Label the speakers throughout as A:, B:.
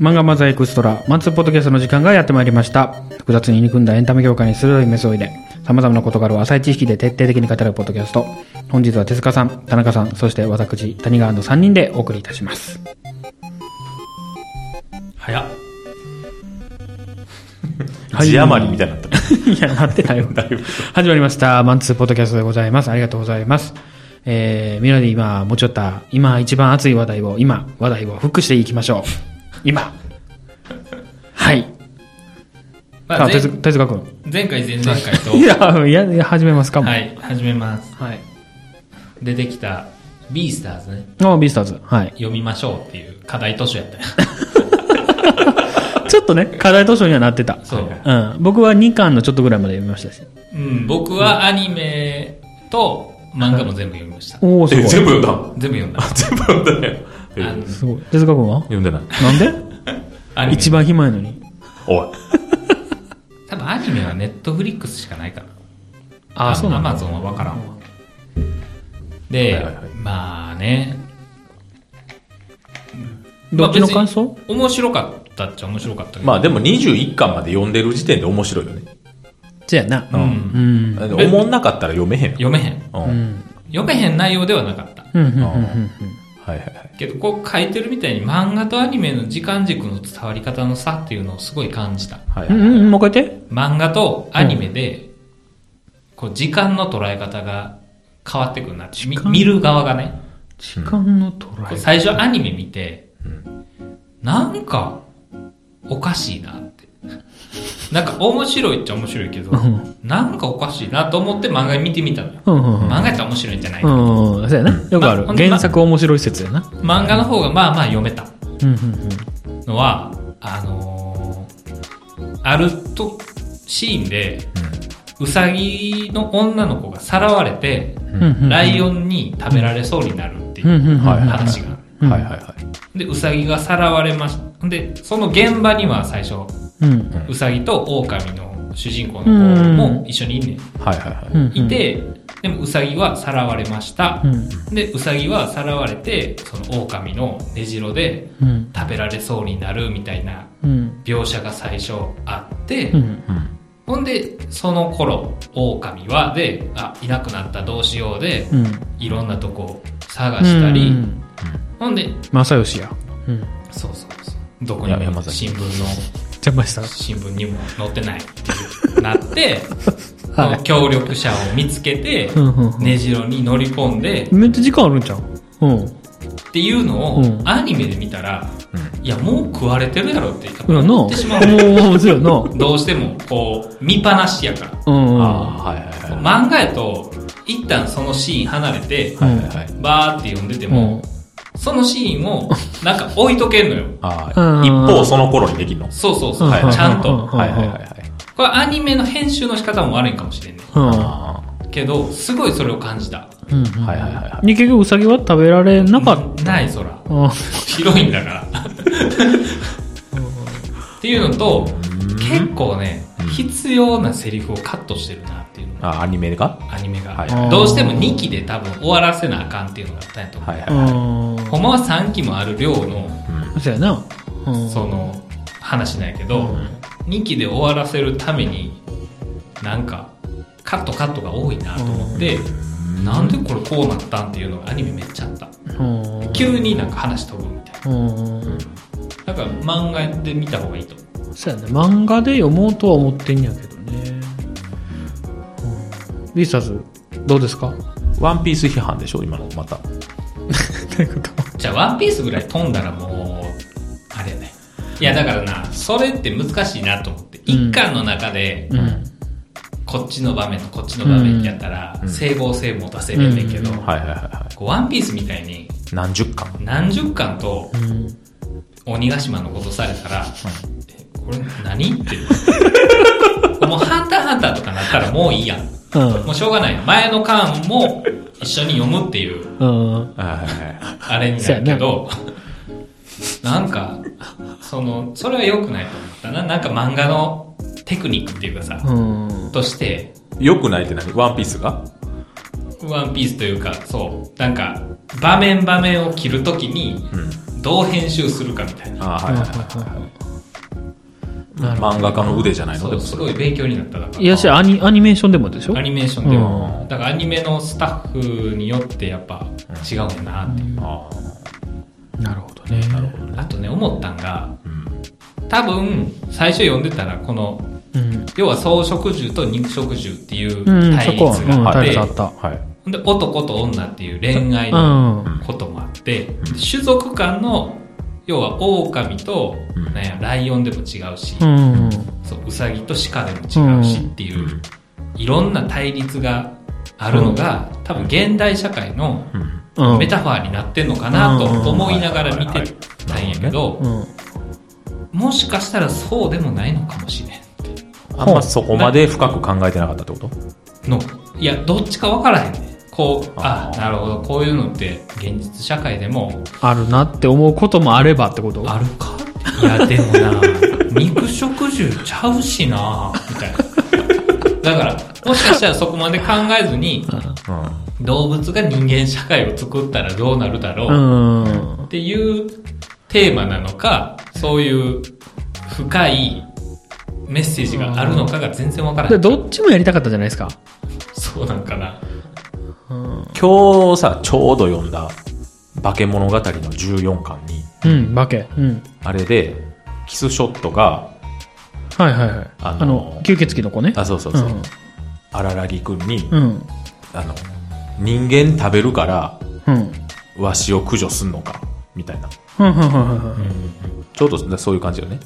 A: 漫画マザエクストラ、マンツーポッドキャストの時間がやってまいりました。複雑に憎んだエンタメ業界に鋭いメスを入れ、様々な事柄を浅い知識で徹底的に語るポッドキャスト。本日は手塚さん、田中さん、そして私、谷川の3人でお送りいたします。早っ。はい
B: 字余りみたいになったね。
A: いや、なってたよ。始まりました。マンツーポッドキャストでございます。ありがとうございます。えー、みんなで今、持ち寄った、今一番熱い話題を、今、話題をフックしていきましょう。今。はい。
C: まあ、
A: さあ、手
C: 前
A: 塚手塚君。
C: 前回前々回と
A: いや、いや、いや始めますかも。
C: は。い始めます
A: はい。
C: 出てきた「ビースターズね
A: のビースターズ。はい。
C: 読みましょうっていう課題図書やったよ
A: ちょっとね、課題図書にはなってた。
C: そう
A: うん。僕は2巻のちょっとぐらいまで読みましたし。
C: うん僕はアニメと漫画も全部読みました
A: おお、す
B: え
A: ごい。
B: 全部読んだ。
C: 全部読んだ
B: 全部読んだね。え
C: あの
A: すごい。手塚君は
B: 読んでない。
A: なんで
C: アニメ
A: 一番暇やのに。
B: おい。
C: 多分アニメはネットフリックスしかないから
A: あーそうなんだ
C: アマゾンは分からんわで、
B: はいはいはい
C: まあね
A: どっちの感
C: まあ
A: 想
C: 別に面白かったっちゃ面白かったけど
B: まあでも21巻まで読んでる時点で面白いよね。
A: じゃやな。
C: う、
A: うんん。
B: だって思んなかったら読めへんやん。
C: 読めへん
B: うん。
C: 読めへん内容ではなかった
A: うんうんうん
B: あ
A: うん
B: はいはいはい。
C: けどこう書いてるみたいに漫画とアニメの時間軸の伝わり方の差っていうのをすごい感じた
B: はい
A: うん。う
B: はい
A: んうんうん、もう一回言って。
C: 漫画とアニメで、こう時間の捉え方が変わってくるなみ見る側がね
A: 時間の捉
C: こう
A: え。
C: 最初アニメ見て、なんかおかしいなって なんか面白いっちゃ面白いけど、
A: うん
C: なんかおかしいなと思って漫画見てみたのよ、
A: うんうんうん。
C: 漫画やったら面白いんじゃない、
A: うんうんうん、そうやな。よくある
C: ま。ほんで
A: 原作面白い説やな。
C: 漫画の方がまあまあ読めた
A: うんうんうん。
C: のは、あのーあると、シーンで、うさぎの女の子がさらわれて、
A: うんうんうん
C: ライオンに食べられそうになるっていううん
A: うんうん
B: はいはい
C: 話が。
A: うん
B: はいはいはい。
C: で、うさぎがさらわれました。で、その現場には最初、
A: うん。
C: うさぎと狼の主人公の子も一緒にいんねん
B: はいはいはい。
A: うん。
C: いて、でもうさぎはさらわれました
A: う。ん。
C: で、うさぎはさらわれて、その狼の出城で
A: うん。
C: 食べられそうになるみたいな
A: うん。
C: 描写が最初あって、
A: うん。
C: ほんでその頃狼はであいなくなったどうしようで
A: うん。
C: いろんなとこ探したり、
A: うん。
C: ほんで
A: 正義や。うん。
C: そうそうそうどこに
B: いや
C: も
B: 山崎
C: 新聞の
A: 邪魔した。
C: 新聞にも載ってないってなっ て、
A: はい
C: その協力者を見つけて、
A: うんうんうん
C: 根城に乗り込んで
A: めっちゃ時間あるんちゃううん。
C: っていうの
A: う
C: を、
A: ん
C: アニメで見たら、いやもう食われてるやろってやっぱ
A: うやな。
C: 思
A: も
C: ってしまうの
A: う、もちろんな。
C: どうしてもこう見っぱなしやから
A: うん。
B: ああ、はいはいはい。
C: 漫画やと一旦そのシーン離れて、
A: うん
B: はいはいはい。
C: バーって読んでて
A: う
C: も、
A: ん。
C: そのシーンをなんか置いとけんのよ
B: あ
A: う
B: あ、
A: ん
B: 一方その頃にできるの。
C: そうそうそう、
A: はいはい
C: ちゃんと、
A: うん
B: はいはいはいはい。
C: これアニメの編集の仕方も悪いんかもしれんね
A: うん。
B: あ
C: けどすごいそれを感じた
A: うん。
B: あ、はいはいはいは
A: に結局、ウサギは食べられなかっ
C: ない空
A: た。うん。
C: 広いんだからっていうのと結構ね必要なセリフをカットしてるなっていうの
B: い。
C: が
B: ああ、アニメが
C: アニメが、
B: はい
A: はい
C: どうしても2期で多分終わらせなあかんっていうのがあったんやと思う、
B: はいはいは
A: う
C: ほんまは3期もある量の
A: ん。そうやな。うん。
C: その話なんやけど、2期で終わらせるためになんかカットカットが多いなと思って、なんでこれこうなったんっていうのがアニメめっちゃあった
A: うん。
C: 急になんか話飛ぶみたい
A: うん。
C: なだから漫画で見た方がいいと
A: そうやね漫画で読もうとは思ってんやけどね、うん、ビースターズどうですか
B: い。ワンピース批判でしょ今の、また。
A: どういうこと
C: じゃあ「ワンピースぐらい飛んだらもうあれやねいやだからなそれって難しいなと思って、一巻の中で
A: うん
C: こっちの場面とこっちの場面やったら整合性持たせれんねんけど、
A: うん
B: はいはいはいは
C: こうワンピースみたいに
B: い。何十巻
C: 何十巻と
A: うん
C: 鬼ヶ島のことされたら、えこれ何って。もうハンターハンターとかなったらもういいやん。もうしょうがない。前の巻も一緒に読むっていう、
A: うんうん
B: はいはいはい。
C: あれになるけど、なんか、その、それは良くないと思ったな。なんか漫画のテクニックっていうかさ、
A: うん
C: として、
B: よくないって何ワンピースが
C: ワンピースというか、そう、なんか、場面場面を切るときに、
B: うん。
C: どう編集するかみたいな。
B: ああ、はいはいはい。
A: なるほ
B: 漫画家の腕じゃないの
C: そ
B: で
C: う
B: も
C: す
B: それ
C: ごい勉強になっただか
A: ど。いやし、アニ、アニメーションでもでしょ
C: ら。アニメーションで
B: う
C: も
B: ん。
C: だからアニメのスタッフによってやっぱ違うんだなっていう。
B: あ
A: なるほどね。
B: あ、なるほどね。
C: あとね、思ったんが、
B: うん。
C: 多分、最初読んでたら、この、
A: うん。
C: 要は草食獣と肉食獣っていう
A: うん、そ
C: 対立
A: こは、うん、
C: があっ
A: 対
C: て、
A: 立あった。
B: はい。
C: ほんで男と女っていう恋愛
A: う
C: の
A: ん。
C: こともあって、種族間の、要は狼と、
B: うん
C: なんやライオンでも違うし、
A: うん。
C: そうウサギと鹿でも違うしっていう、いろんな対立があるのが、多分現代社会の
B: うん。
A: うん。
C: メタファーになってんのかなと思いながら見てたんやけど、
A: うん。
C: もしかしたらそうでもないのかもしれんって
B: あんまそこまで深く考えてなかったってこと
C: のいやどっちか分からへんねんこうあ
B: あー
C: なるほどこういうのって現実社会でも
A: あるなって思うこともあればってこと
C: あるかいやでも な肉食獣ちゃうしなみたいなだからもしかしたらそこまで考えずに
B: うん。
C: 動物が人間社会を作ったらどうなるだろう、
A: うん
C: っ。ていうテーマなのか、そういう深いメッセージがあるのかが全然わから
A: で、
C: ない。
A: どっちもやりたかったじゃないですか。
C: そうなんかな。
A: うん。
B: 今日さ、ちょうど読んだ、化け物語の14巻に、
A: うん、化け。うん。
B: あれで、キスショットが、
A: はいはいはい。
B: あの
A: あの、吸血鬼の子ね。
B: あ、そうそうそう
A: うん。
B: 荒木くんに、
A: うん。
B: あの、人間食べるから、
A: うん。
B: わしを駆除すんのか、みたいな。
A: うんうんうんうんうん
B: ちょうどそういう感じよね。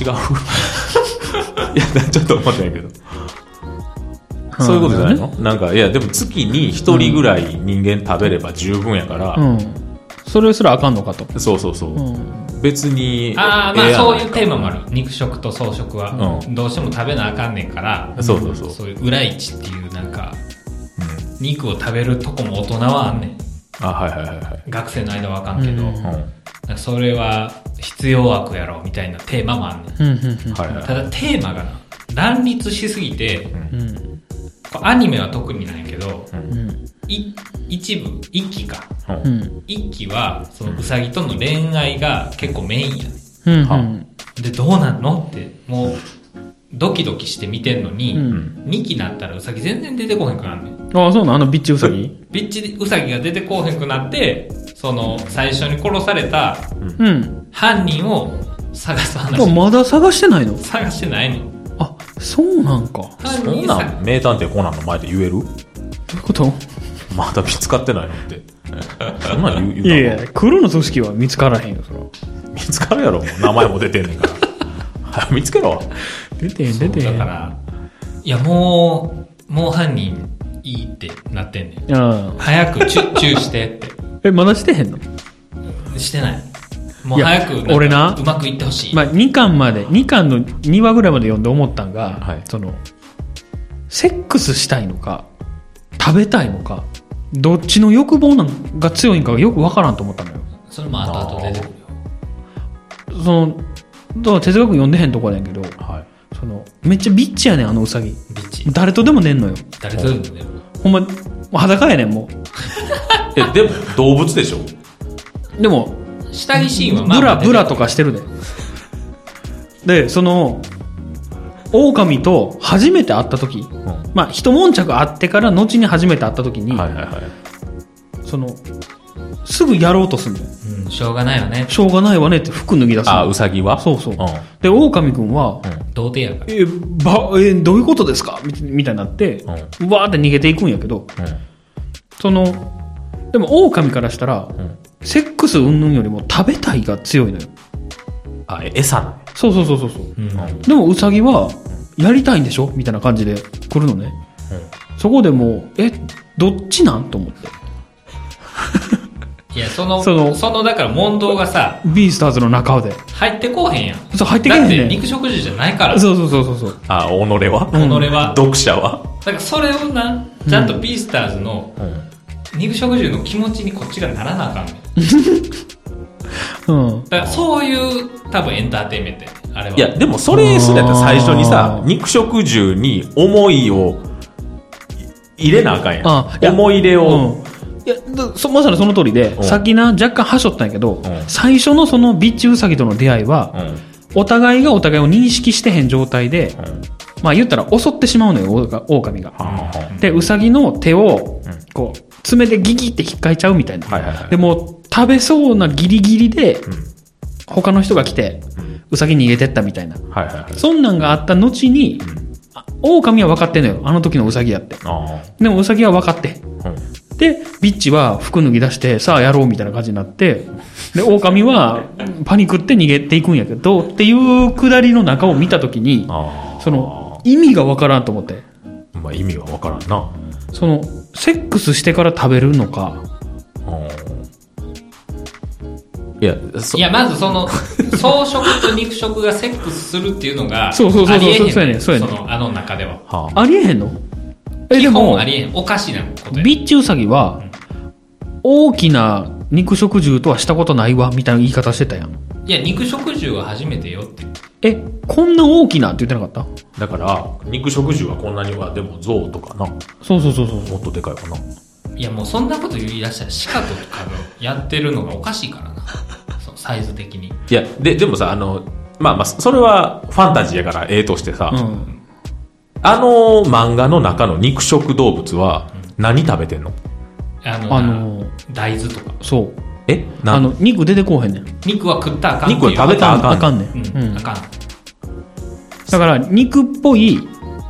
B: 違う いや、ちょっと思ってないけど。そういうことじゃないのなんか、いや、でも月に一人ぐらい人間食べれば十分やから、
A: うん。それすらあかんのかと。
B: そうそうそう。
A: うん。
B: 別に。
C: ああ、ま
B: ええ
C: あ
B: やん
C: そういうテーマもある。肉食と草食は、
B: う
C: どうしても食べなあかんねんから、
B: そうそうそう。
C: そういう裏市っていうなんか、
B: うん
C: 肉を食べるとこも大人はあんねん。
B: あ、はいはいはいはい。
C: 学生の間はあかんけど、
A: うん
C: なん
B: うん
C: かそれは必要悪やろ、みたいなテーマもあんねん。
A: うんうん
B: はいはい
C: ただテーマがな、乱立しすぎて、
A: うん。うん。
C: これアニメは特にないけど、
A: うん。
C: い一部、一期か。
B: うん
A: う
B: うん
A: ん。
C: 一期は、そのうさぎとの恋愛が結構メインやね
A: うんう
B: は
A: ん。
C: で、どうなんのって、もう、ドキドキして見てんのに、
A: うん
C: 二期になったらうさぎ全然出てこへんくなんねん。
A: ああ、そうなんあのビッチウサギ
C: ビッチうさぎが出てこへんくなって、その、最初に殺された
A: うん。
C: 犯人を探す
A: でも
C: 話。
A: まだ探してないの
C: 探してないねん。
A: あ、そうなんか。
C: 犯
B: そん
C: 人
B: なん
C: さ、
B: 名探偵コナンの前で言える
A: どういうこと
B: まだ見つかってないのって。そんなん言う
A: い
B: 言う
A: やい
B: たの
A: や、黒の組織は見つからへんよ、そら。
B: 見つかるやろ、もう名前も出てんねんから。早く見つけろ。
A: 出てへん、
C: そ
A: 出
C: う
A: てへ
C: だ
A: ん。
C: から、いや、もう、もう犯人いいってなってんねん。
A: うん。
C: 早くチュ ッチューしてって。
A: え、まだしてへんの
C: してないもう
A: いや
C: 早くんか
A: 俺な
C: うまくいってほしい、
A: まあ、2巻まで、2巻の2話ぐらいまで読んで思ったんが、
B: はい
A: その、セックスしたいのか、食べたいのか、どっちの欲望なんが強いんかがよくわからんと思ったのよ。
C: それも後々出てくるよ
A: その、だから哲学読んでへんとこやねんけど、
B: はい。
A: その、めっちゃビッチやねん、あのウサギ。
C: ビッチ
A: 誰とでも寝んのよ。
C: 誰とでも出る
A: ほんま、もう裸やねん、も
B: え、でも動物でしょ
A: う。でも、
C: 下着シーンはまあ
A: ブラ、ブラと
C: か
A: かしてるで。で、その、狼と初めて会った時、
B: うん。は
A: まあ、一悶着あってから後に初めて会った時に、
B: いはいはい。
A: その、すぐやろうとすんのよ
C: うんしょうがないよね
A: しょうがないわねって服脱ぎ出すの。
B: あ、ウサギは
A: そうそう。
B: ん。
A: で、狼くんは、
C: 童貞やから
A: え、ば、え、どういうことですかみみたいになって、
B: うん。うん。
A: わーって逃げていくんやけど、その、でも狼からしたら、
B: ん
A: セックス云々よりも食べたいが強いのよ。
B: あ、え餌なの
A: そうそうそうそうそう。
C: うん
A: でもウサギは、やりたいんでしょみたいな感じで来るのね。そこでもう、え、どっちなんと思って。
C: いやその
A: そ
C: そ
A: の
C: のだから問答がさ
A: ビースターズの中で。
C: 入ってこうへんやん
A: そう、入ってけへ
C: だ
A: ん
C: って
A: ねん。
C: 肉食獣じゃないから
A: そうそうそうそうそう。
B: あ、己は
C: 己は、
B: 読者は
C: だからそれをなちゃんとビースターズの
B: うん。
C: 肉食獣の気持ちにこっちがならなあかんねん
A: うん。
C: だからそういう多分エンターテインメントやねあれはい
B: や、でもそれするんだったら最初に
A: あ
B: さ
A: ー、
B: 肉食獣に思いを入れなあかんやん。
A: あいや
B: 思い入れ
A: うん
B: を。
A: いやだそまさにその通りで、
B: うん
A: 先な、若干はしょったんやけど、
B: ん
A: 最初のそのビッチウサギとの出会いは、
B: うん。
A: お互いがお互いを認識してへん状態で、まあ言ったら襲ってしまうのよ、オオカ狼が。
B: は
A: で、ウサギの手を
B: うん、
A: こう、爪でギギって引っかいちゃうみたいな。
B: いはいはい。
A: でも、食べそうなギリギリで、
B: う
A: 他の人が来て、
B: ん、
A: ウサギ逃げてったみたいな。
B: はいはいはい。
A: そんなんがあった後に、あ狼は分かってんのよ。あの時のウサギやって。
B: あ
A: でもウサギは分かって。
B: あ。うん
A: で、ビッチは服脱ぎ出して、さあやろうみたいな感じになって、で、狼はパニックって逃げていくんやけど、っていうくだりの中を見たときに、
B: あ
A: その、意味がわからんと思って。
B: あ。まあ意味はわからんな。
A: その、セックスしてから食べるのか、
B: うんいや、そ
C: いや、まずその、草食と肉食がセックスするっていうのが、
A: そうそうそうそう
C: ありえへん
A: そうやねんそうやねん
C: の、あの中では。
B: はあ
A: ありえへんのえ、
C: 基
A: で
C: 本
A: も
C: あ、りえへん。おかしなことや。
A: ビッチウサギは、大きな肉食獣とはしたことないわ、みたいな言い方してたやん。
C: いや、肉食獣は初めてよって。
A: え、こんな大きなって言ってなかった
B: だから、肉食獣はこんなには、でも象とかな、も
A: そうそうそうそう。
B: っとでかいかな。
C: いや、もうそんなこと言い出したら、シカとかのやってるのがおかしいからな。そうサイズ的に。
B: いや、で、でもさ、あの、まあまあ、それはファンタジーやから、ええとしてさ、
A: うん。
B: あの漫画の中の肉食動物は、何食べてんの
C: あの、
A: あのー
C: 大豆とか。
A: そう。
B: えな
A: あの、肉出てこうへんねん。
C: 肉は食ったらあかんっていう。
B: 肉は食べたらあかん
A: あかんねん。
C: う、
A: うんん
C: あ。かん。
A: だから、肉っぽい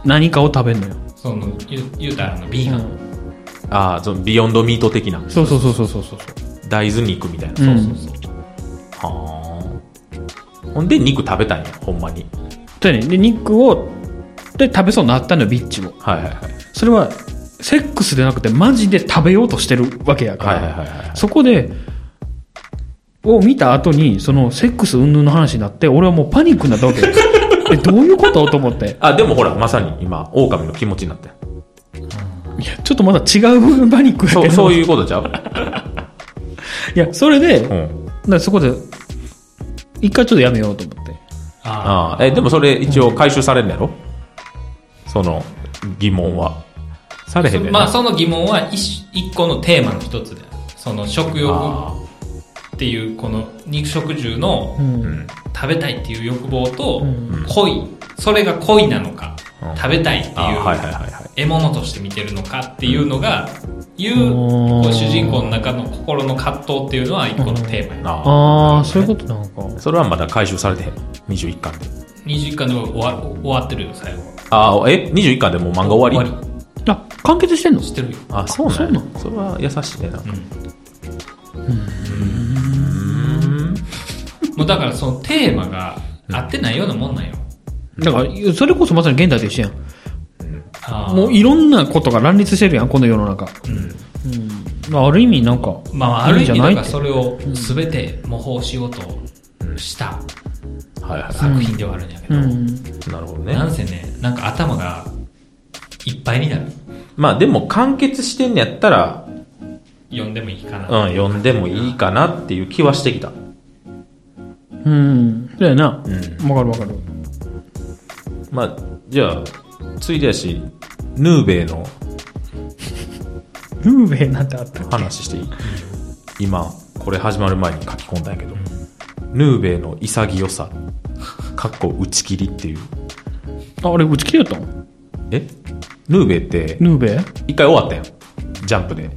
A: 何かを食べんのよ。
C: その、言う言うたらあの、ビーガン。
B: ああ、そのビヨンドミート的な、
A: そうそうそうそうそうそう。
B: 大豆肉みたいな。
A: うん
C: そうそうそう。
B: はあ。ほんで、肉食べたんや、ほんまに。
A: そうやねんで、肉を、で、食べそうになったのよ、ビッチを。
B: はいはいはい。
A: それは、セックスでなくて、マジで食べようとしてるわけやか
B: はい
A: ら。
B: はいはいはい。
A: そこで、を見た後に、その、セックス云々の話になって、俺はもうパニックになったわけよ。え、どういうことと思って。
B: あ、でもほら、まさに今、狼の気持ちになって。
A: いや、ちょっとまだ違うパニックやけ
B: そ
A: ど。
B: う、そう
A: う。
B: いうことちゃう
A: いや、それで、だ
B: う
A: か
B: ん。
A: らそこで、一回ちょっとやめようと思って。
C: あ
B: ああ、え、でもそれ一応回収されんのやろその、疑問は。されへんね
C: あ。
B: んな。
C: まあ、その疑問は一、一個のテーマの一つである。その、食欲
B: あ
C: っていう、この、肉食獣の
A: う、ん
B: ー。うん。
C: 食べたいっていう欲望と
A: うん、
C: 恋、それが恋なのか
B: う、ん
C: 食べたいっていう
B: あーはいはいはいはい。
C: 獲物として見てるのかっていうのが、いう
A: うん
C: こう主人公の中の心の葛藤っていうのは一個のテーマやな。
B: あ
A: ああ、そういうことなのか。
B: あ。それはまだ回収されてへんの。21巻で。
C: 21巻で終わ終わってるよ、最後。
B: ああ、え ?21 巻でもう漫画終わり
A: あ、完結してんの
C: 知ってるよ。
B: あ、そうなん
A: そうな
B: それは優しいね、なんか。
C: もうだからそのテーマが合ってないようなもんなんよ。
A: だから、それこそまさに現代と一緒やん。
C: あー
A: もういろんなことが乱立してるやん、この世の中。うん。ある意味、なんか、
C: まあ、あ
A: い
C: る
A: いん
C: 意
A: じゃ
C: 味
A: な
C: だ
A: い
C: からそれを全て模倣しようとした
B: はいは
C: 作品ではあるんやけ
A: う
C: ど、
A: ん。
B: い。なるほど
C: なん
B: ね。
C: せね、なんか頭がいっぱいになる。
B: まあでも完結してんのやったら、
C: 読んでもいいかな。
B: うん、読んでもいいかなっていう気はしてきた。
A: うん。そうやな。わか
B: ん
A: るわかる。
B: まあ、じゃあ、ついでやし、ヌーベイの
A: ルーベなんてあった
B: 話していい今、これ始まる前に書き込んだんやけど、ヌーベイの潔さ、かっこ打ち切りっていう。
A: あ、あれ、打ち切りやったの
B: えヌーベイって、
A: ヌーベ
B: 一回終わったやん。ジャンプで。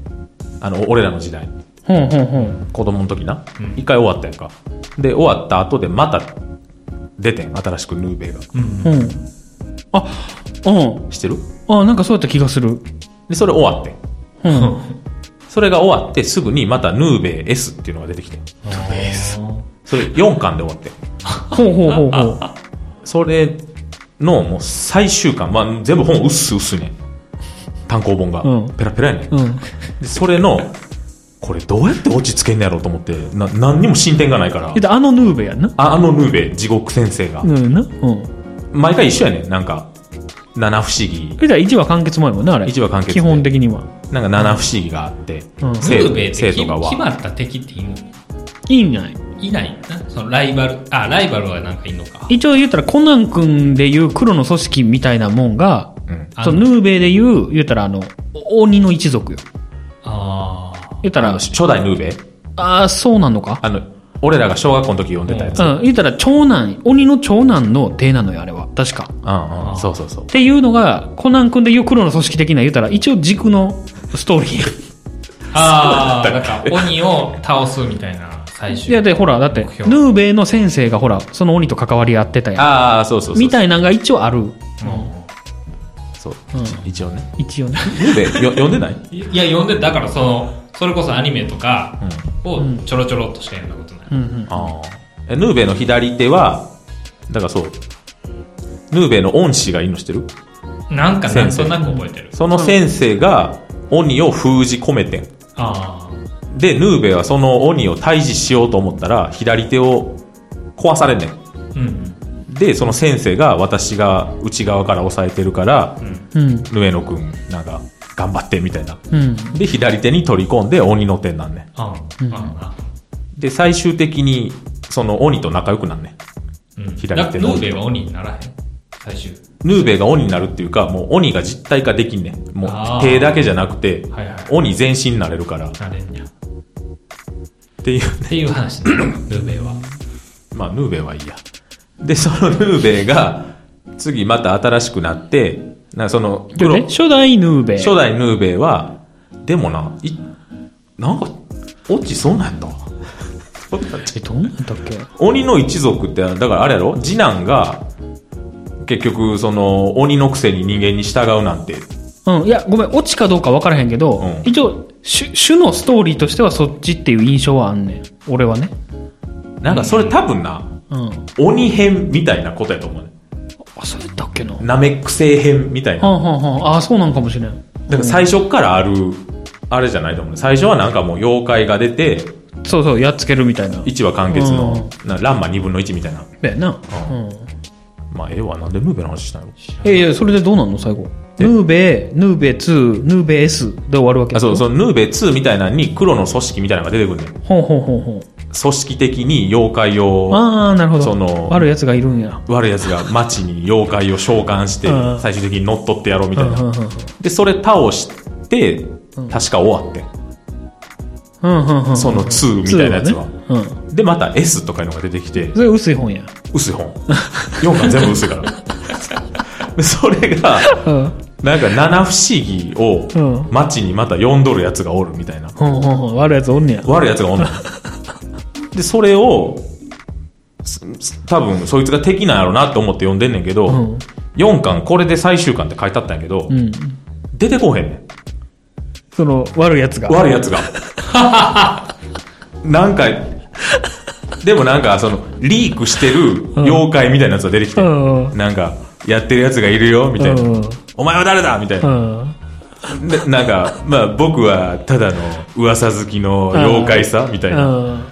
B: あの、俺らの時代。
A: ほんほんほん。
B: 子供の時な。一回終わったやんか。で、終わった後でまた出てん。新しくヌーベイが。
A: うん。あ、うん。
B: してる
A: あ、なんかそうやった気がする。
B: で、それ終わってん。
A: うん。
B: それが終わってすぐにまたヌーベイ S っていうのが出てきてん。それ4巻で終わってん。
A: ほうほうほうほう。
B: それのもう最終巻、まあ、全部本うっすうっすね単行本が、
A: うん
B: ペラペラやねん
A: うん。
B: でそれのこれどうやって落ち着けんのやろうと思ってな何にも進展がないから
A: 言ったらあのヌーベやんな。
B: ああのヌーベ地獄先生が、
A: うんな。うん。
B: 毎回一緒やねんなんか七不思議
A: え、じゃあ1話完結前もんな、あれ。
B: 一話完結
A: 基本的には。
B: なんか七不思議があって、
A: うん
C: ヌ
B: 生
C: ーベイっ
B: 徒
C: て
B: 生
C: 決
B: 徒が
C: 決
B: わ
C: まった敵っていんの
A: いいんじゃない
C: いないな。そのライバル、あ、ライバルはなんかいんのか。
A: 一応言ったらコナン君でいう黒の組織みたいなもんが、
B: うん
C: あ
A: そのヌーベイでいう、言ったらあの、鬼の一族よ。
C: あ
A: 言った
B: あ
A: ら
B: の、、初代ヌーベ
A: ああ、そうなのか
B: あの、俺らが小学校の時読んでたやつ。
A: うん、言ったら長男、鬼の長男の手なのよ、あれは。確か。
B: うんうん。そうそうそう
A: っ。ていうのが、コナン君でいう黒の組織的な言うたら、一応軸のストーリーや
C: あ。ああ、なんか鬼を倒すみたいな、最 終。
A: いや、で、ほら、だって、ヌ
C: 目標
A: ーベイの先生がほら、その鬼と関わり合ってたやん。
B: ああ、そうそうそう。
A: みたいなんが一応ある。
B: そう。一応ね。
A: 一応ね。
B: ヌーベよ読んでない
C: いや、読んで、だからその、それこそアニメとかをちょろちょろっとしか読んだことない。
A: うんうん。
B: ああ。ヌーベの左手は、だからそう。ヌーベの恩師がいるの知ってる
C: なんか、なんとなく覚えてる。
B: その先生が鬼を封じ込めてん。
C: あ
B: で、ヌーベはその鬼を退治しようと思ったら、左手を壊されんねん。
C: あ。うん。
B: で、その先生が私が内側から押さえてるから、
A: うん。
B: ヌエノくん、なんか、頑張ってみたいな。
A: うん。
B: で、左手に取り込んで鬼の手になんねん。
C: あ
A: うん
C: あ。
B: で、最終的に、その鬼と仲良くなんねん。
C: うん。
B: 左手の
C: の。ヌーベイは鬼にならへん。最終。
B: ヌーベが鬼になるっていうか、もう鬼が実体化できんねん。も
C: あー
B: う手だけじゃなくて、
C: はいはい
B: 鬼全身になれるから。っ
C: なれんや。って
B: いう、
C: ていう話だ、ヌーベイは。
B: まあ、ヌーベはいいや。で、そのヌーベが、次また新しくなって、なその、
A: でね、初代ヌーベイ。
B: 初代ヌーベイは、でもな、い、なんか、オチそうなんやったわそうなんやった
A: え、どんなんだっけ
B: 鬼の一族って、だからあれやろ次男が、結局、その、鬼のくせに人間に従うなんて。
A: うん。いや、ごめん、オチかどうか分からへんけど、
B: うん
A: 一応、主、主のストーリーとしてはそっちっていう印象はあんねん。俺はね。
B: なんかそれ多分な、
A: うん。
B: 鬼編みたいなことやと思うね。
A: あ、そうやったっけな。は
B: ナメック星編みたい
A: あ、
B: な。
A: はあ、はあ、あ、そうなんかもしれん。
B: だから最初からある、あれじゃないと思うね。最初はなんかもう妖怪が出て、
A: そうそう、やっつけるみたいな。
B: 1話完結の、なランマ2分の1みたいな。
A: だよな。うん。
B: まあ、ええわ。なんでムーベの話したの
A: えいや、それでどうなんの最後。
B: え
A: ヌーベ、ヌーベ2、ヌーベ S で終わるわけ
B: あそう、
A: う。
B: そのヌーベ2みたいなのに黒の組織みたいなのが出てくるねん。
A: ほうほうほうほう。
B: 組織的に妖怪を、
A: ああ、なるほど。
B: その
A: 悪い奴がいるんや。
B: 悪い奴が街に妖怪を召喚して
A: うん、
B: 最終的に乗っ取ってやろうみ
A: う
B: たい
A: ん、う
B: な。
A: ん、うん。
B: で、それ倒して、確か終わってん。
A: うん、うん、うん。
B: その2みたいなやつは。
A: ツーはねうん。
B: で、また S とかいうのが出てきて
A: そ、れ薄い本や。
B: 薄い本。4巻全部薄 いから。でそれが、
A: うん。うん、
B: なんか七不思議を
A: うん
B: 街にまた4ドルやつがおるみたいな。
A: うん、うん。悪い奴おんねや。
B: 悪い奴がお んの。で、それを、すす多分そいつが敵なんやろうなって思って読んでんねんけど、
A: うん
B: 4巻これで最終巻って書いてあったんやけど、
A: うん。
B: 出てこへんねん。
A: その、悪い奴が。
B: 悪い 奴が。なんか、でもなんかその、リークしてる妖怪みたいなやつが出てきて、
A: うん
B: なんか、やってるやつがいるよ、みたいな。
A: うん
B: お前は誰だみたいな
A: う。ん。
B: ななんか、まあ僕はただの噂好きの妖怪さみたいうな。
A: ん。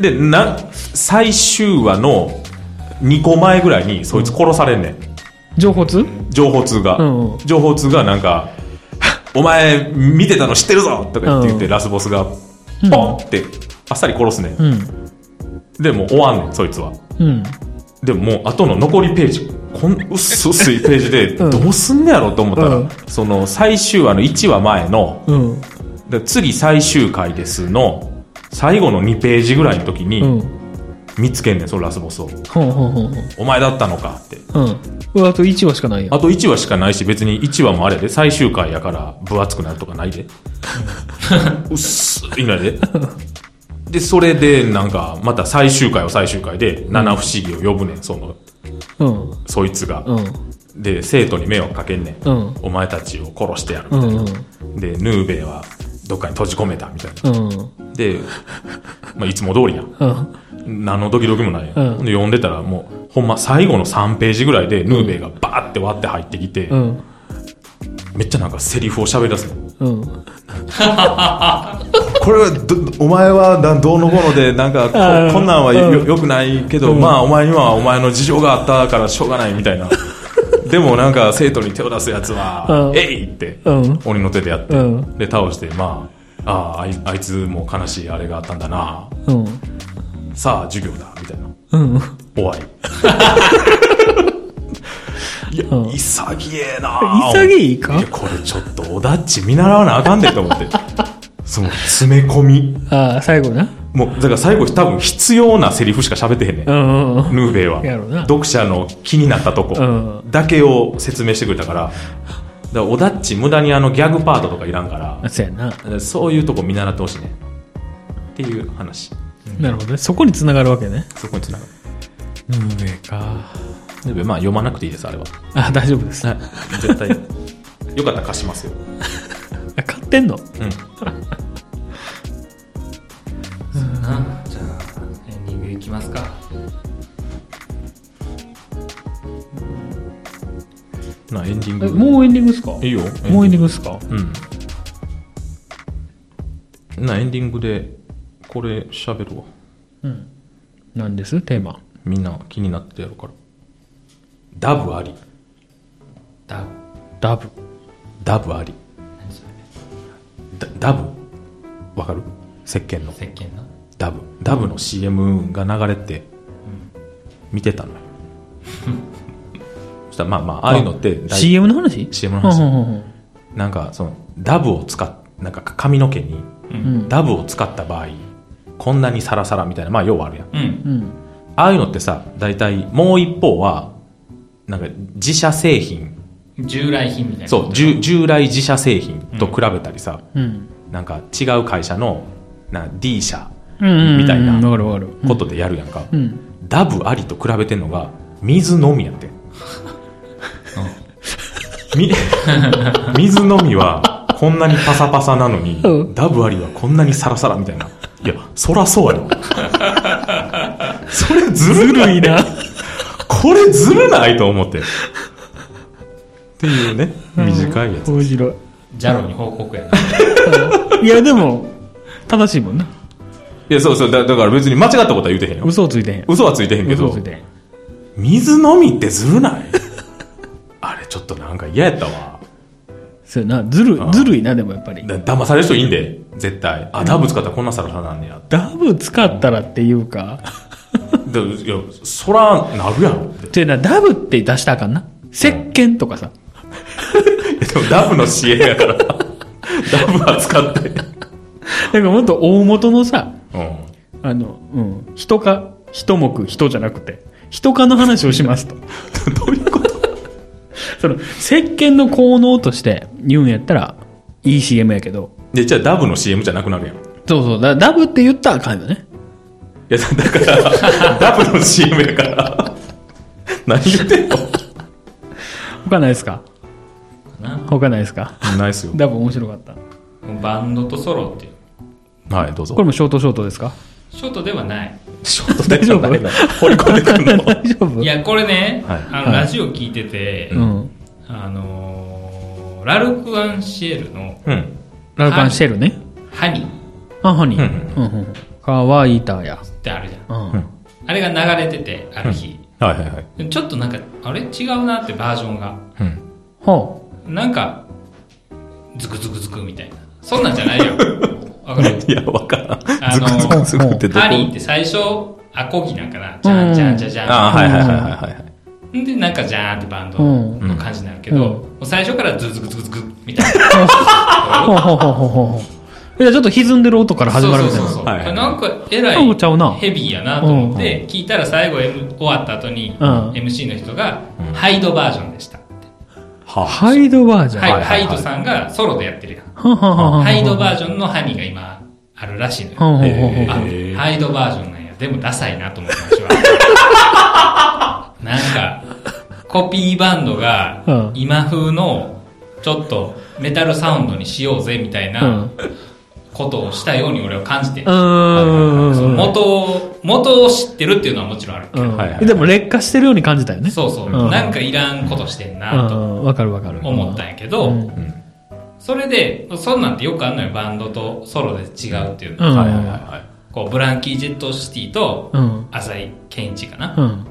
B: で、な、最終話の2個前ぐらいにそいつ殺されんねん。
A: 情報通
B: 情報通が
A: うん。
B: 情報通がなんか、お前見てたの知ってるぞとか言って言って
A: う
B: ラスボスが、ポンってあっさり殺すねん
A: う。ん。
B: で、もう終わんねん、そいつは。
A: うん。
B: でももう後の残りページ、こん薄いページで
A: うん
B: どうすんねやろと思ったら、
A: うん
B: その最終話の1話前の、
A: うん。
B: で次最終回ですの最後の2ページぐらいの時
A: うん
B: に。見つけんねん、そのラスボスを。
A: ほうほうほうほう。
B: お前だったのかって。
A: うん。うわあと1話しかないや。
B: あと1話しかないし、別に1話もあれやで、最終回やから分厚くなるとかない で。うっす、いないで。で、それで、なんか、また最終回は最終回で、七不思議を呼ぶねん、その、
A: うん。
B: そいつが。
A: うん。
B: で、生徒に迷惑かけんねん。
A: うん。
B: お前たちを殺してやる。
A: うん。うん。
B: で、ヌーベイはどっかに閉じ込めた、みたい
A: うん。
B: な。で、まあ、いつも通りやん。
A: うん。
B: 何のドキドキもないやん、
A: うん
B: で読んでたらもうほんま最後の3ページぐらいでヌーベイがバーって割って入ってきて、
A: うん。
B: めっちゃなんかセリフを喋り出すの
A: うん。
B: これはどお前はなどうのこうのでな んか
A: あー
B: ここんなんはよ,、
A: うん
B: よくないけど、まあお前にはお前の事情があったからしょうがないみ たいなでもなんか生徒に手を出すやつは
A: うん
B: 「えい!」って
A: うん
B: 鬼の手でやって、
A: うん
B: で倒してまああああいあいつも悲しいあれがあったんだな
A: うん。
B: さあ授業だみたいな
A: うん。
B: 終わり。いや、
A: うん
B: 潔えな
A: 潔いか
B: や、これちょっと、おだっち見習わなあかんでと 思って。その、詰め込み。
A: ああ、最後な。
B: もう、だから最後、多分必要なセリフしか喋ってへんねん
A: う。んうんうん。
B: ヌーベイは
A: やろうな
B: 読者の気になったとこ
A: う
B: だけを説明してくれたからだからおだっち無駄にあのギャグパートとかいらんから
A: そうやな。
B: そういうとこ見習ってほしいねっていう話
A: なるほどね。そこに繋がるわけね。
B: そこにつながる
A: うん、べか。
B: ヌーベイまあ読まなくていいですあれは
A: あ、大丈夫です。
B: 絶対 よかったら貸しますよ
A: あ買ってんの
B: うん
C: なじゃあエンディングいきますか
B: なエンディン
A: え
B: グ
A: もうエンディングですか
B: いいよ
A: もうエンディングですか
B: うんなエンディングでこれ喋るわ
A: なんですテーマ。
B: みんな気になってやるからダブあり
C: ダウ
A: ダブ。
B: ダブあり
C: 何それ
B: ダダブわかる石鹸の
C: 石鹸な
B: ダブダブの CM が流れて見てたのよそしたらまあまあああいうのって大
A: CM の話
B: CM の話
A: うんうんうん
B: なんかそのダブを使っなんか髪の毛に
A: ん
B: ダブを使った場合こんなにサラサラみたいなまあ要はあるやん
C: うん
A: うん。
B: ああいうのってさ大体もう一方はなんか自社製品
C: 従来品みたいな
B: そう従従来自社製品と比べたりさ、
A: うん。
B: なんか違う会社のな D 社
A: うんうんうん。
B: みたいな
A: わかるわかる。
B: ことでやるやんか、
A: うん。
B: ダブありと比べてんのが水のみやってん み水のみはこんなにパサパサなのに、
A: うん
B: ダブありはこんなにサラサラみたいないやそらそ うやろそれずる
A: ずるいな
B: これずるないと思ってっていうね短いやつ、
A: 面白い。
C: ジャロに報告やな
A: いや、でも、正しいもんな。
B: いやそうそうだだから別に間違ったことは言うてへんよ
A: 嘘をついてへん。
B: 嘘はついてへんけ
A: 嘘を
B: ど
A: ついてへん。
B: 水のみってずるない あれちょっとなんか嫌やったわ
A: そうやな。ずる
B: あ、ー
A: ずるいな、でもやっぱり。
B: だ騙される人いいんで絶対あダブ使ったらこんなサラサラなんねや
A: ダブ使ったらっていうか。
B: でいやそらなるやろって
A: ていうな、ダブって出したらあかんな。石鹸とかさ。
B: いやでもダブの CM やから ダブは使って
A: だからもっと大元のさ、
B: うん
A: あの、うん、人か、一目、人じゃなくて、人かの話をしますと。 どういうことその、石鹸の効能として言うんやったら、いい CM やけど、
B: でじゃあダブの CM じゃなくなるやんい
A: そうそう、だダブって言ったらあかんよね。
B: やだから ダブの CM やから 何言ってんの
A: 他ないですか
C: な
A: 他ないですか
B: ないっすよ
A: ダブ面白かった。
C: バンドとソロっていう
B: はいどうぞ
A: これもショートショート ですか
C: ショートではない
B: ショートで
A: 大丈夫
B: 誰が掘り込んでくるの
A: 大丈夫
C: いやこれね、
B: はい
C: あのラジオ聞いてて、
A: うん。
C: あのーラルク・アンシエルの
B: うん
A: ラルカンシェルね。
C: 「ハニー」
A: あ、ハニ
B: うん
A: ー。うんうん。乾いたや。
C: ってあるじゃん
A: うん。
B: うん
C: あれが流れててある日、
B: はいはいはい
C: ちょっとなんかあれ違うなってバージョンが
B: うん
A: ほ
C: なんかズクズクズクみたいなそんなんじゃないよわかる
B: いやわからん
C: あの
B: ズクズクズクってどこ
C: ハニーって最初アコギなんかなじゃんじゃんじゃんじゃ
B: あーはいはいはいはいはい
C: んでなんかじゃーんってバンド
A: うん
C: の感じになるけど、
A: うん
C: もう最初からズクズクズクズクみたいな
A: う。ほうほうほうほうほう。じゃあちょっと歪んでる音から 始まるみたい
C: そう
A: な
C: そうそ。う、
B: はいはい
C: なんかえ
A: あちゃうな
C: らいヘビーやなと思って、聞いたら最後、M、終わった後に、
A: うん
C: MC の人が、ハイドバージョンでしたって、
B: はあ
A: ハイドバージョン。
C: はい
B: はいはいはい
C: ハイドさんがソロでやってるやん、
A: はんはんはんはん
C: ハイドバージョンのハニーが今あるらしいのよ、
A: はんはんはんはん
B: え
C: あ
B: ー
C: ハイドバージョンなんやでもダサいなと思って私はなんかコピーバンド
A: うん
C: が今風のちょっとメタルサウンドにしようぜみたいなことをしたように俺は感じて、
A: うん。
C: そうの
A: ん。
C: 元を元を知ってるっていうのはもちろんあるけど、
B: はいは
A: う
B: い
A: ん。でも劣化してるように感じたよね。
C: そうそう、
A: うん
C: なんかいらんことしてん
A: う
C: なと
A: ん。わかるわかる。
C: 思ったんやけど、
A: うん
B: うん
C: それでそんなんてよくあんのよバンドとソロで違うっていう、
A: うん。
B: はいはいはいはい
C: こうブランキー・ジェット・シティと
A: うん。
C: 浅井健一かな
A: う、ん。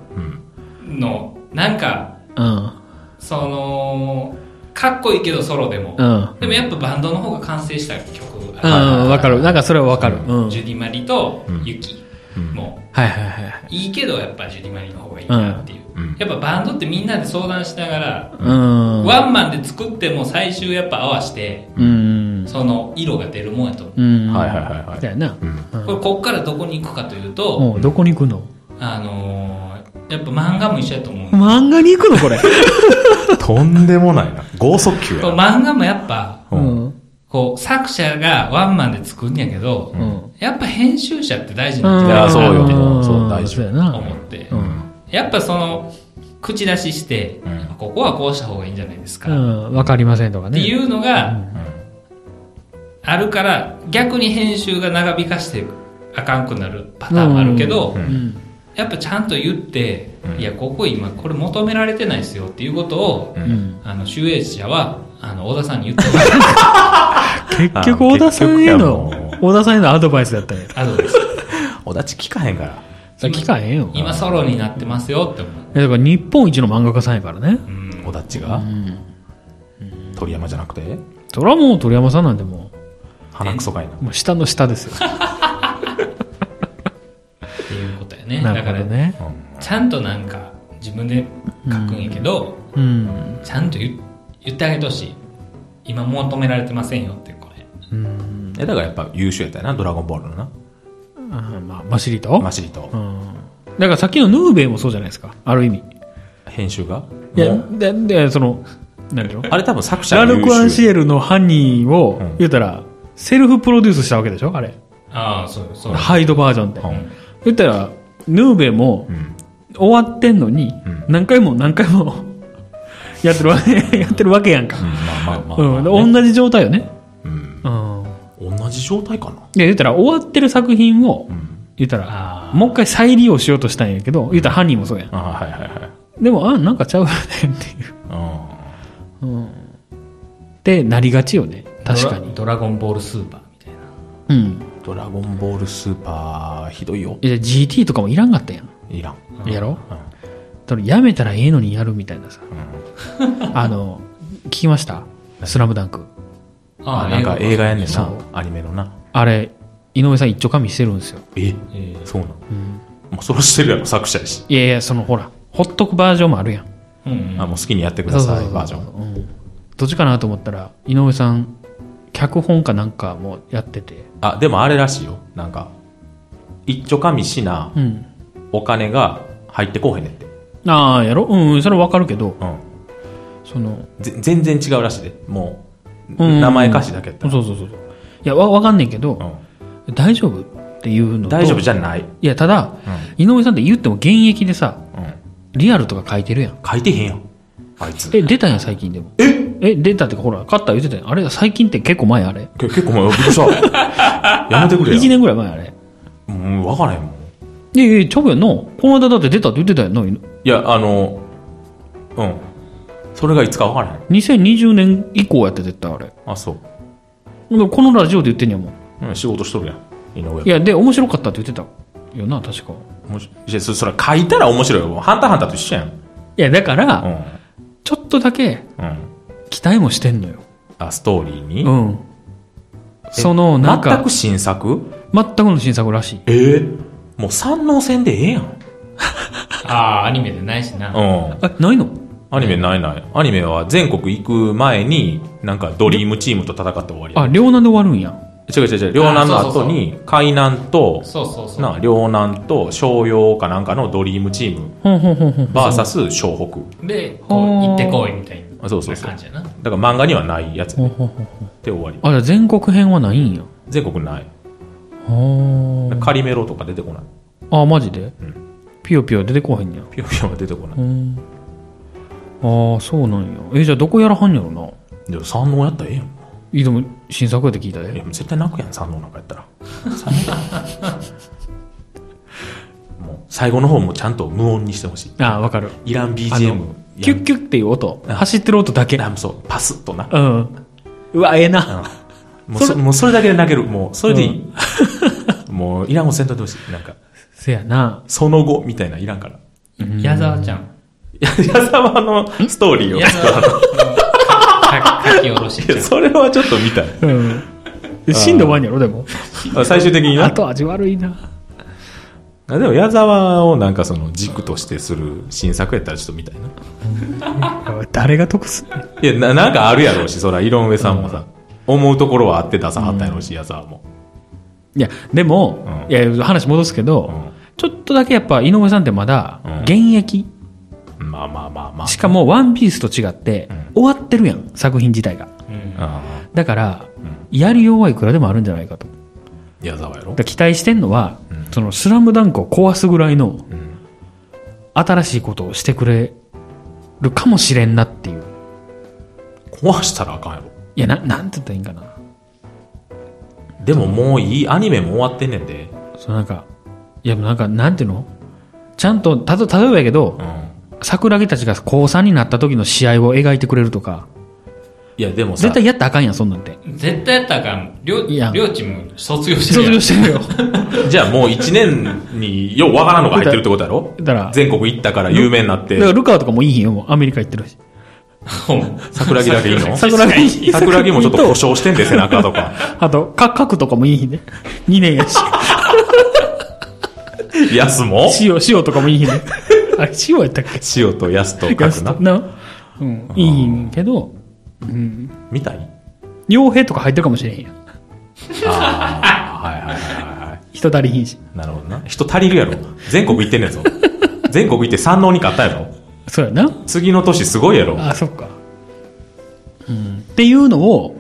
B: うん
C: のなんか
A: うん。
C: そのかっこいいけどソロでも、
A: うん。
C: でもやっぱバンドの方が完成した曲
A: うん。わかる。なんかそれはわかる。うん。
C: ジュディ・マリとユキ、もう
A: はいはいはい。
C: いいけどやっぱジュリマリの方がいいなっていう、
B: うんうん
C: やっぱバンドってみんなで相談しながら、
A: うん。
C: ワンマンで作っても最終やっぱ合わして
A: うん。
C: その色が出るもんやと、
A: うん。
B: はいはいはいはい
A: だよな。
B: うん
A: うん
C: これこっからどこに行くかというと、
A: おうどこに行くの
C: あのーやっぱ漫画も一緒やと思う、
A: 漫画に行くのこれ。
B: とんでもないな。剛速球
C: これ
B: やな。
C: 漫画もやっぱ
A: う
B: うん
A: ん。
C: こう作者がワンマンで作るんやけど、
A: うん。
C: やっぱ編集者って大事なん
B: い
C: だ
B: やそうよ
A: ん
B: そう大事
A: そうや
C: と
A: な。
C: 思って、
A: うん。
C: やっぱその口出しして、
B: うん
C: ここはこうした方がいいんじゃないですか、
A: う
C: っ
A: ん。わかりませんとか
C: て
A: ね。。
C: いううのがあるから逆に編集が長引かしてあかんくなるパターンもあるけど、
B: うん
A: ん。
C: やっぱちゃんと言って、
B: うん
C: いやここ今これ求められてないですよっていうことを、
B: うん
A: うん。
C: あの集英者はあの小田さんに言ってもら
A: 結局、小田さんへの
B: 結局やも、
A: 小田さんへのアドバイスだったんや。
C: うアドバイス
B: おだち聞かへんから。
A: それ聞かへんよ。い
C: 今ソロになってますよって思う、
A: やだから日本一の漫画家さんやからね。
C: うん
B: おだちが鳥山じゃなくて
A: それはもう鳥山さんなんても
B: 鼻くそかいな
A: う、。もう下の下ですよ。
C: っていうことやね
A: なる
C: だか
A: ほ
C: ら
A: どね。
B: うん
C: ちゃんとなんか自分で書くんやけど、
A: うん。
C: ちゃんと言言ってあげてほしい今求められてませんよってこれ
A: うん。
B: え、だからやっぱ優秀やったよな、ドラゴンボールのな。
A: あーまあ、マシリと
B: マシリと
A: う。ん。だからさっきのヌーベイもそうじゃないですか。ある意味。
B: 編集が
A: いや
B: もう、
A: で、で、その、なんていうの
B: あれ多分作者
A: ラ
B: が
A: ル
B: 優
A: ク・アンシ
B: 秀。
A: エルのハニーを
B: うん、
A: 言うたら、セルフプロデュースしたわけでしょあれ。
C: ああそうそう
A: ハイドバージョンって
B: うん。
A: 言ったら、ヌーベも
B: うん
A: 終わってんのに
B: うん、
A: 何回も何回も、 やってるわ け、やってるわけやん
B: うん
A: か。
B: まあまあまあ
A: うん。
B: まあね。
A: 同じ状態よね。
B: うん
A: うん。
B: 同じ状態かな。
A: で、言ったら、終わってる作品を
B: う、ん。
A: 言ったら、
C: ああ
A: もう一回再利用しようとしたんやけど、言ったらハニーもそうやん。
B: あはいはいはい。
A: でも、あ、なんかちゃうよねっていう。
B: う
A: うん。ってなりがちよね。確かに。
C: ドラドラゴンボールスーパーみたいな
A: うん。
B: んドラゴンボールスーパー、ひどいよ。
A: いや、GT とかもいらんかったやん。
B: いらん。
A: やろ、それやめたらええのにやるみたいなさ。 あの、聞きましたスラムダンク。
B: あ、なんか映
C: 画
B: 画やんねん
A: そ
B: な
A: う。
B: アニメのな。
A: あれ、井上さん一丁噛みしてるんですよ。
B: え
C: ええ
B: そうなのもうそれしてるやろ、作者やし。
A: いやいや、そのほら、ほっとくバージョンもあるやん。
C: うんうん
B: あ、もう好きにやってください、バージョン。
A: ン。うん。どっちかなと思ったら、井上さん、脚本かなんかもやってて。
B: あ、でもあれらしいよ。なんか、一丁紙しな、
A: うん。
B: お金が入ってこうへんねんって。
A: ああ、やろうん、それわかるけど、
B: うん。
A: その、
B: ぜ全然違うらしいで。もう、
A: うん
B: 名前歌詞だけやった
A: そう
B: ら
A: そうそうそう。いや、わ、わかんねんけど、
B: う
A: 大丈夫っていうんのと
B: 大丈夫じゃない。
A: いや、ただ、井上さんって言っても現役でさ、
B: うん。
A: リアルとか書いてるやん。
B: 書いてへんやん。あいつ。
A: え、出たやん、最近でも。え出たってか、ほら、カッター言ってたやん。あれ、最近って結構前あれ。
B: け結構前、びっくり した。やめてくれ
A: 1
B: や。
A: 年ぐらい前あれ。
B: うん、わからへんもん。
A: いやいや、ちゃうやんの。この間だって出たって言ってたやんの。
B: いや、あの、うん。それがいつかわからへん。
A: 2020年以降やって絶対あれ。
B: あ、そう。
A: でもこのラジオで言ってんやもん。
B: うん、仕事しとるやん。井上
A: いや、で、面白かったって言ってたよな、確か。
B: 面白いいやそそれ書いたら面白いよ。ハンターハンターと一緒やん。
A: いや、だから、
B: う
A: ちょっとだけ
B: ん。うん。
A: 期待もしてんのよ。
B: あ、ストーリーに。
A: うん。その、なん
B: 全
A: か
B: く、新作
A: 全くの新作らしい。
B: ええもう三能戦でええやん。
C: あーアニメでないしな
B: うん。
A: え、ないの
B: アニメないない。アニメは全国行く前に、なんかドリームチームと戦って終わりや。
A: あ、両難で終わるんや。
B: 違う違う違う。両南の
C: あそうそうそ
B: 後
C: う
B: に、海南と、
C: そうそうそう
B: な、両南と、商用かなんかのドリームチーム、
A: ほんほんほんほん。
B: バーサス湘北。
C: でこう
A: ほー
C: 行ってこいみたい
B: あそうそ
C: な
B: うそう。
C: 感じやな
B: だから漫画にはないやつ
A: ほ
B: や
A: ん
B: ね
A: ほんほんほん。
B: で終わり。
A: あ、じゃあ全国編はないんや。
B: 全国ない。
A: ほー。
B: カリメロとか出てこない。
A: あ、マジで、
B: うん
A: ピヨピヨ出てこへんねや。
B: ピヨピヨは出てこな
A: う
B: い。
A: ん。ああ、そうなんや。え、じゃあどこやらはんやろな。
B: でも三能やったらええやん。
A: いでも、新作やって聞いた
B: いや
A: で。
B: もう絶対泣くやん三能なんかやったらもう最後の方もちゃんと無音にしてほしい
A: ああ、わかる。
B: いらん
A: あ
B: BGM
A: の、キュッキュッっていう音。
B: あ
A: 走ってる音だけ。
B: あそうパスッとな
A: うん。うわ、ええな。
B: もうそ
A: それ
B: もうそれだけで泣けるもうそれでいい、 もういらんもんせんといてほしいなんか
A: せやな。
B: その後みたいないらん から
C: 矢沢ちゃん
B: いや矢沢のストーリーを
C: 矢沢のか書き下ろし
B: い
C: ちゃ
B: やそれはちょっと見たい
A: うん。死んだんやろ、でも。
B: あ最終的にな
A: 後味悪いな。
B: あでも矢沢をなんかその軸としてする新作やったらちょっと見たいな。
A: 誰が得す
B: いや、ななんかあるやろうし、そら、井上さんもさ、思うところはあって出さはったやろうし、矢沢も。
A: いや、でも、
B: うん
A: いや、話戻すけど、
B: うん
A: ちょっとだけやっぱ井上さんってまだ
B: うん、
A: 現役、
B: まあまあまあまあ。
A: しかもワンピースと違って、終わってるやん、作品自体が。
C: うん
B: あ
A: だから、
B: ん
A: やりようはいくらでもあるんじゃないかと。
B: ー矢沢やろ
A: だから。期待してんのは、その、スラムダンクを壊すぐらいの、
B: うん
A: 新しいことをしてくれるかもしれんなっていう。
B: 壊したらあかんやろ。
A: いや、な、なんて言ったらいいんかな。
B: でももういい、アニメも終わってんねんで。
A: そのなんか、いや、なんか、なんていうのちゃんと、たと、例えばやけど
B: う、ん。
A: 桜木たちが高3になった時の試合を描いてくれるとか、
B: いや、でもさ、
A: 絶対やったらあかんやん、そんなんて。
C: 絶対やったらあかん。両、
A: いや
C: 両チーム卒業してる
A: 卒
C: や ん
A: 業してるよ。
B: じゃあもう1年にようわからんのが入ってるってことやろ
A: だから、
B: 全国行ったから有名になっ
A: だ
B: て
A: か、らルカワとかもいいひんよ、もうアメリカ行ってるし。
B: 桜木だけいいの
A: 桜木、
B: 桜木もちょっと故障してんで、背中とか。
A: あと、か、核とかもいいひんね。2年 やし。
B: 安も
A: 塩、塩とかもいいひん ね。あれ、塩やったっけ
B: 塩と安と書くな。
A: な。うん、いいひんけど、うん。
B: みたい
A: 傭兵とか入ってるかもしれへんやん。
B: ああ、はいはいはいはいは
A: 人足りひんし。
B: い。なるほどな。人足りるやろ。全国行ってんねんぞ。全国行って山王に勝ったやろ。
A: そうやな。
B: 次の年すごいやろ。
A: あ、そっか。うん。っていうのを、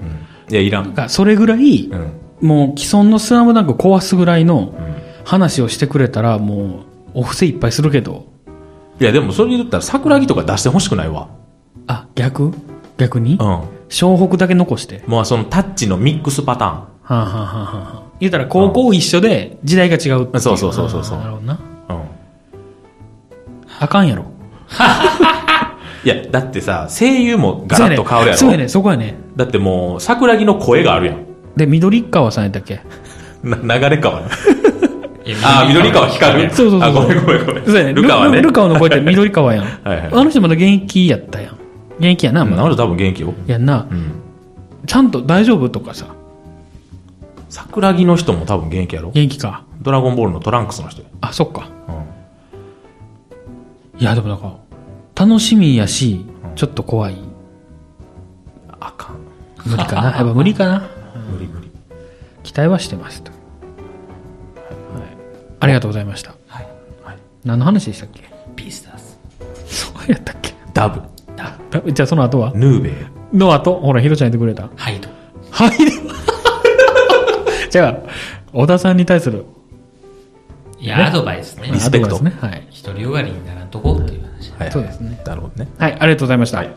B: いや、いら
A: なん
B: ん。
A: かそれぐらい、
B: うん。
A: もう既存のスラムダンク壊すぐらいの
B: ん
A: 話をしてくれたら、もう、お布施いっぱいするけど、
B: いや、でもそれで言ったら桜木とか出してほしくないわ。
A: あ、逆逆に
B: うん。
A: 湘北だけ残して。
B: もうそのタッチのミックスパターン。
A: はあ、はあはあはあ、言うたら高校一緒で時代が違うってい
B: そうそうそうそうそう
A: あーなるほどな。
B: うん。
A: あかんやろ。
B: いや、だってさ、声優もガラッと変わるや
A: そう
B: ろ。
A: やねんそうやねんそこやね
B: だってもう、桜木の声があるやん。
A: んで、緑川さんやったっけ
B: な流れ変わる。
C: いや
B: あー、緑川光る。
A: そうそうそう
B: あ、ごめんごめんごめん。
A: そうやねん
B: ルカはね。
A: ルルカワの声って緑川やん。
B: はいは
A: あ
B: い。
A: の人まだ現役やったやん。現役やな、まだ。
B: なる多分元気よ。
A: やんな
B: う。ん。
A: ちゃんと大丈夫とかさ。
B: 桜木の人も多分元気やろ。
A: 元気か。
B: ドラゴンボールのトランクスの人や。
A: あ、そっか。
B: うん。
A: いや、でもなんか、楽しみやし、ちょっと怖い。
B: あかん。
A: 無理かな。やっぱ無理かな。
B: 無理無理。
A: 期待はしてますと。ありがとうございました。
C: はい
B: はい
A: 何の話でしたっけ
C: ピースターズ。
A: そうやったっけ
B: ダブ。
A: だ じゃあその後は
B: ヌーベイ。
A: の後、ほら、ヒロちゃん言ってくれた。
C: ハイド。
A: はい。 じゃあ、小田さんに対する
C: いや、アドバイスね。
B: リスペクト
A: アドバイスね。はい。
C: 一人よがりにならんとこっていう話。
B: はいはい
A: そうですね。
B: なるほどね。
A: はい、ありがとうございました。
B: はい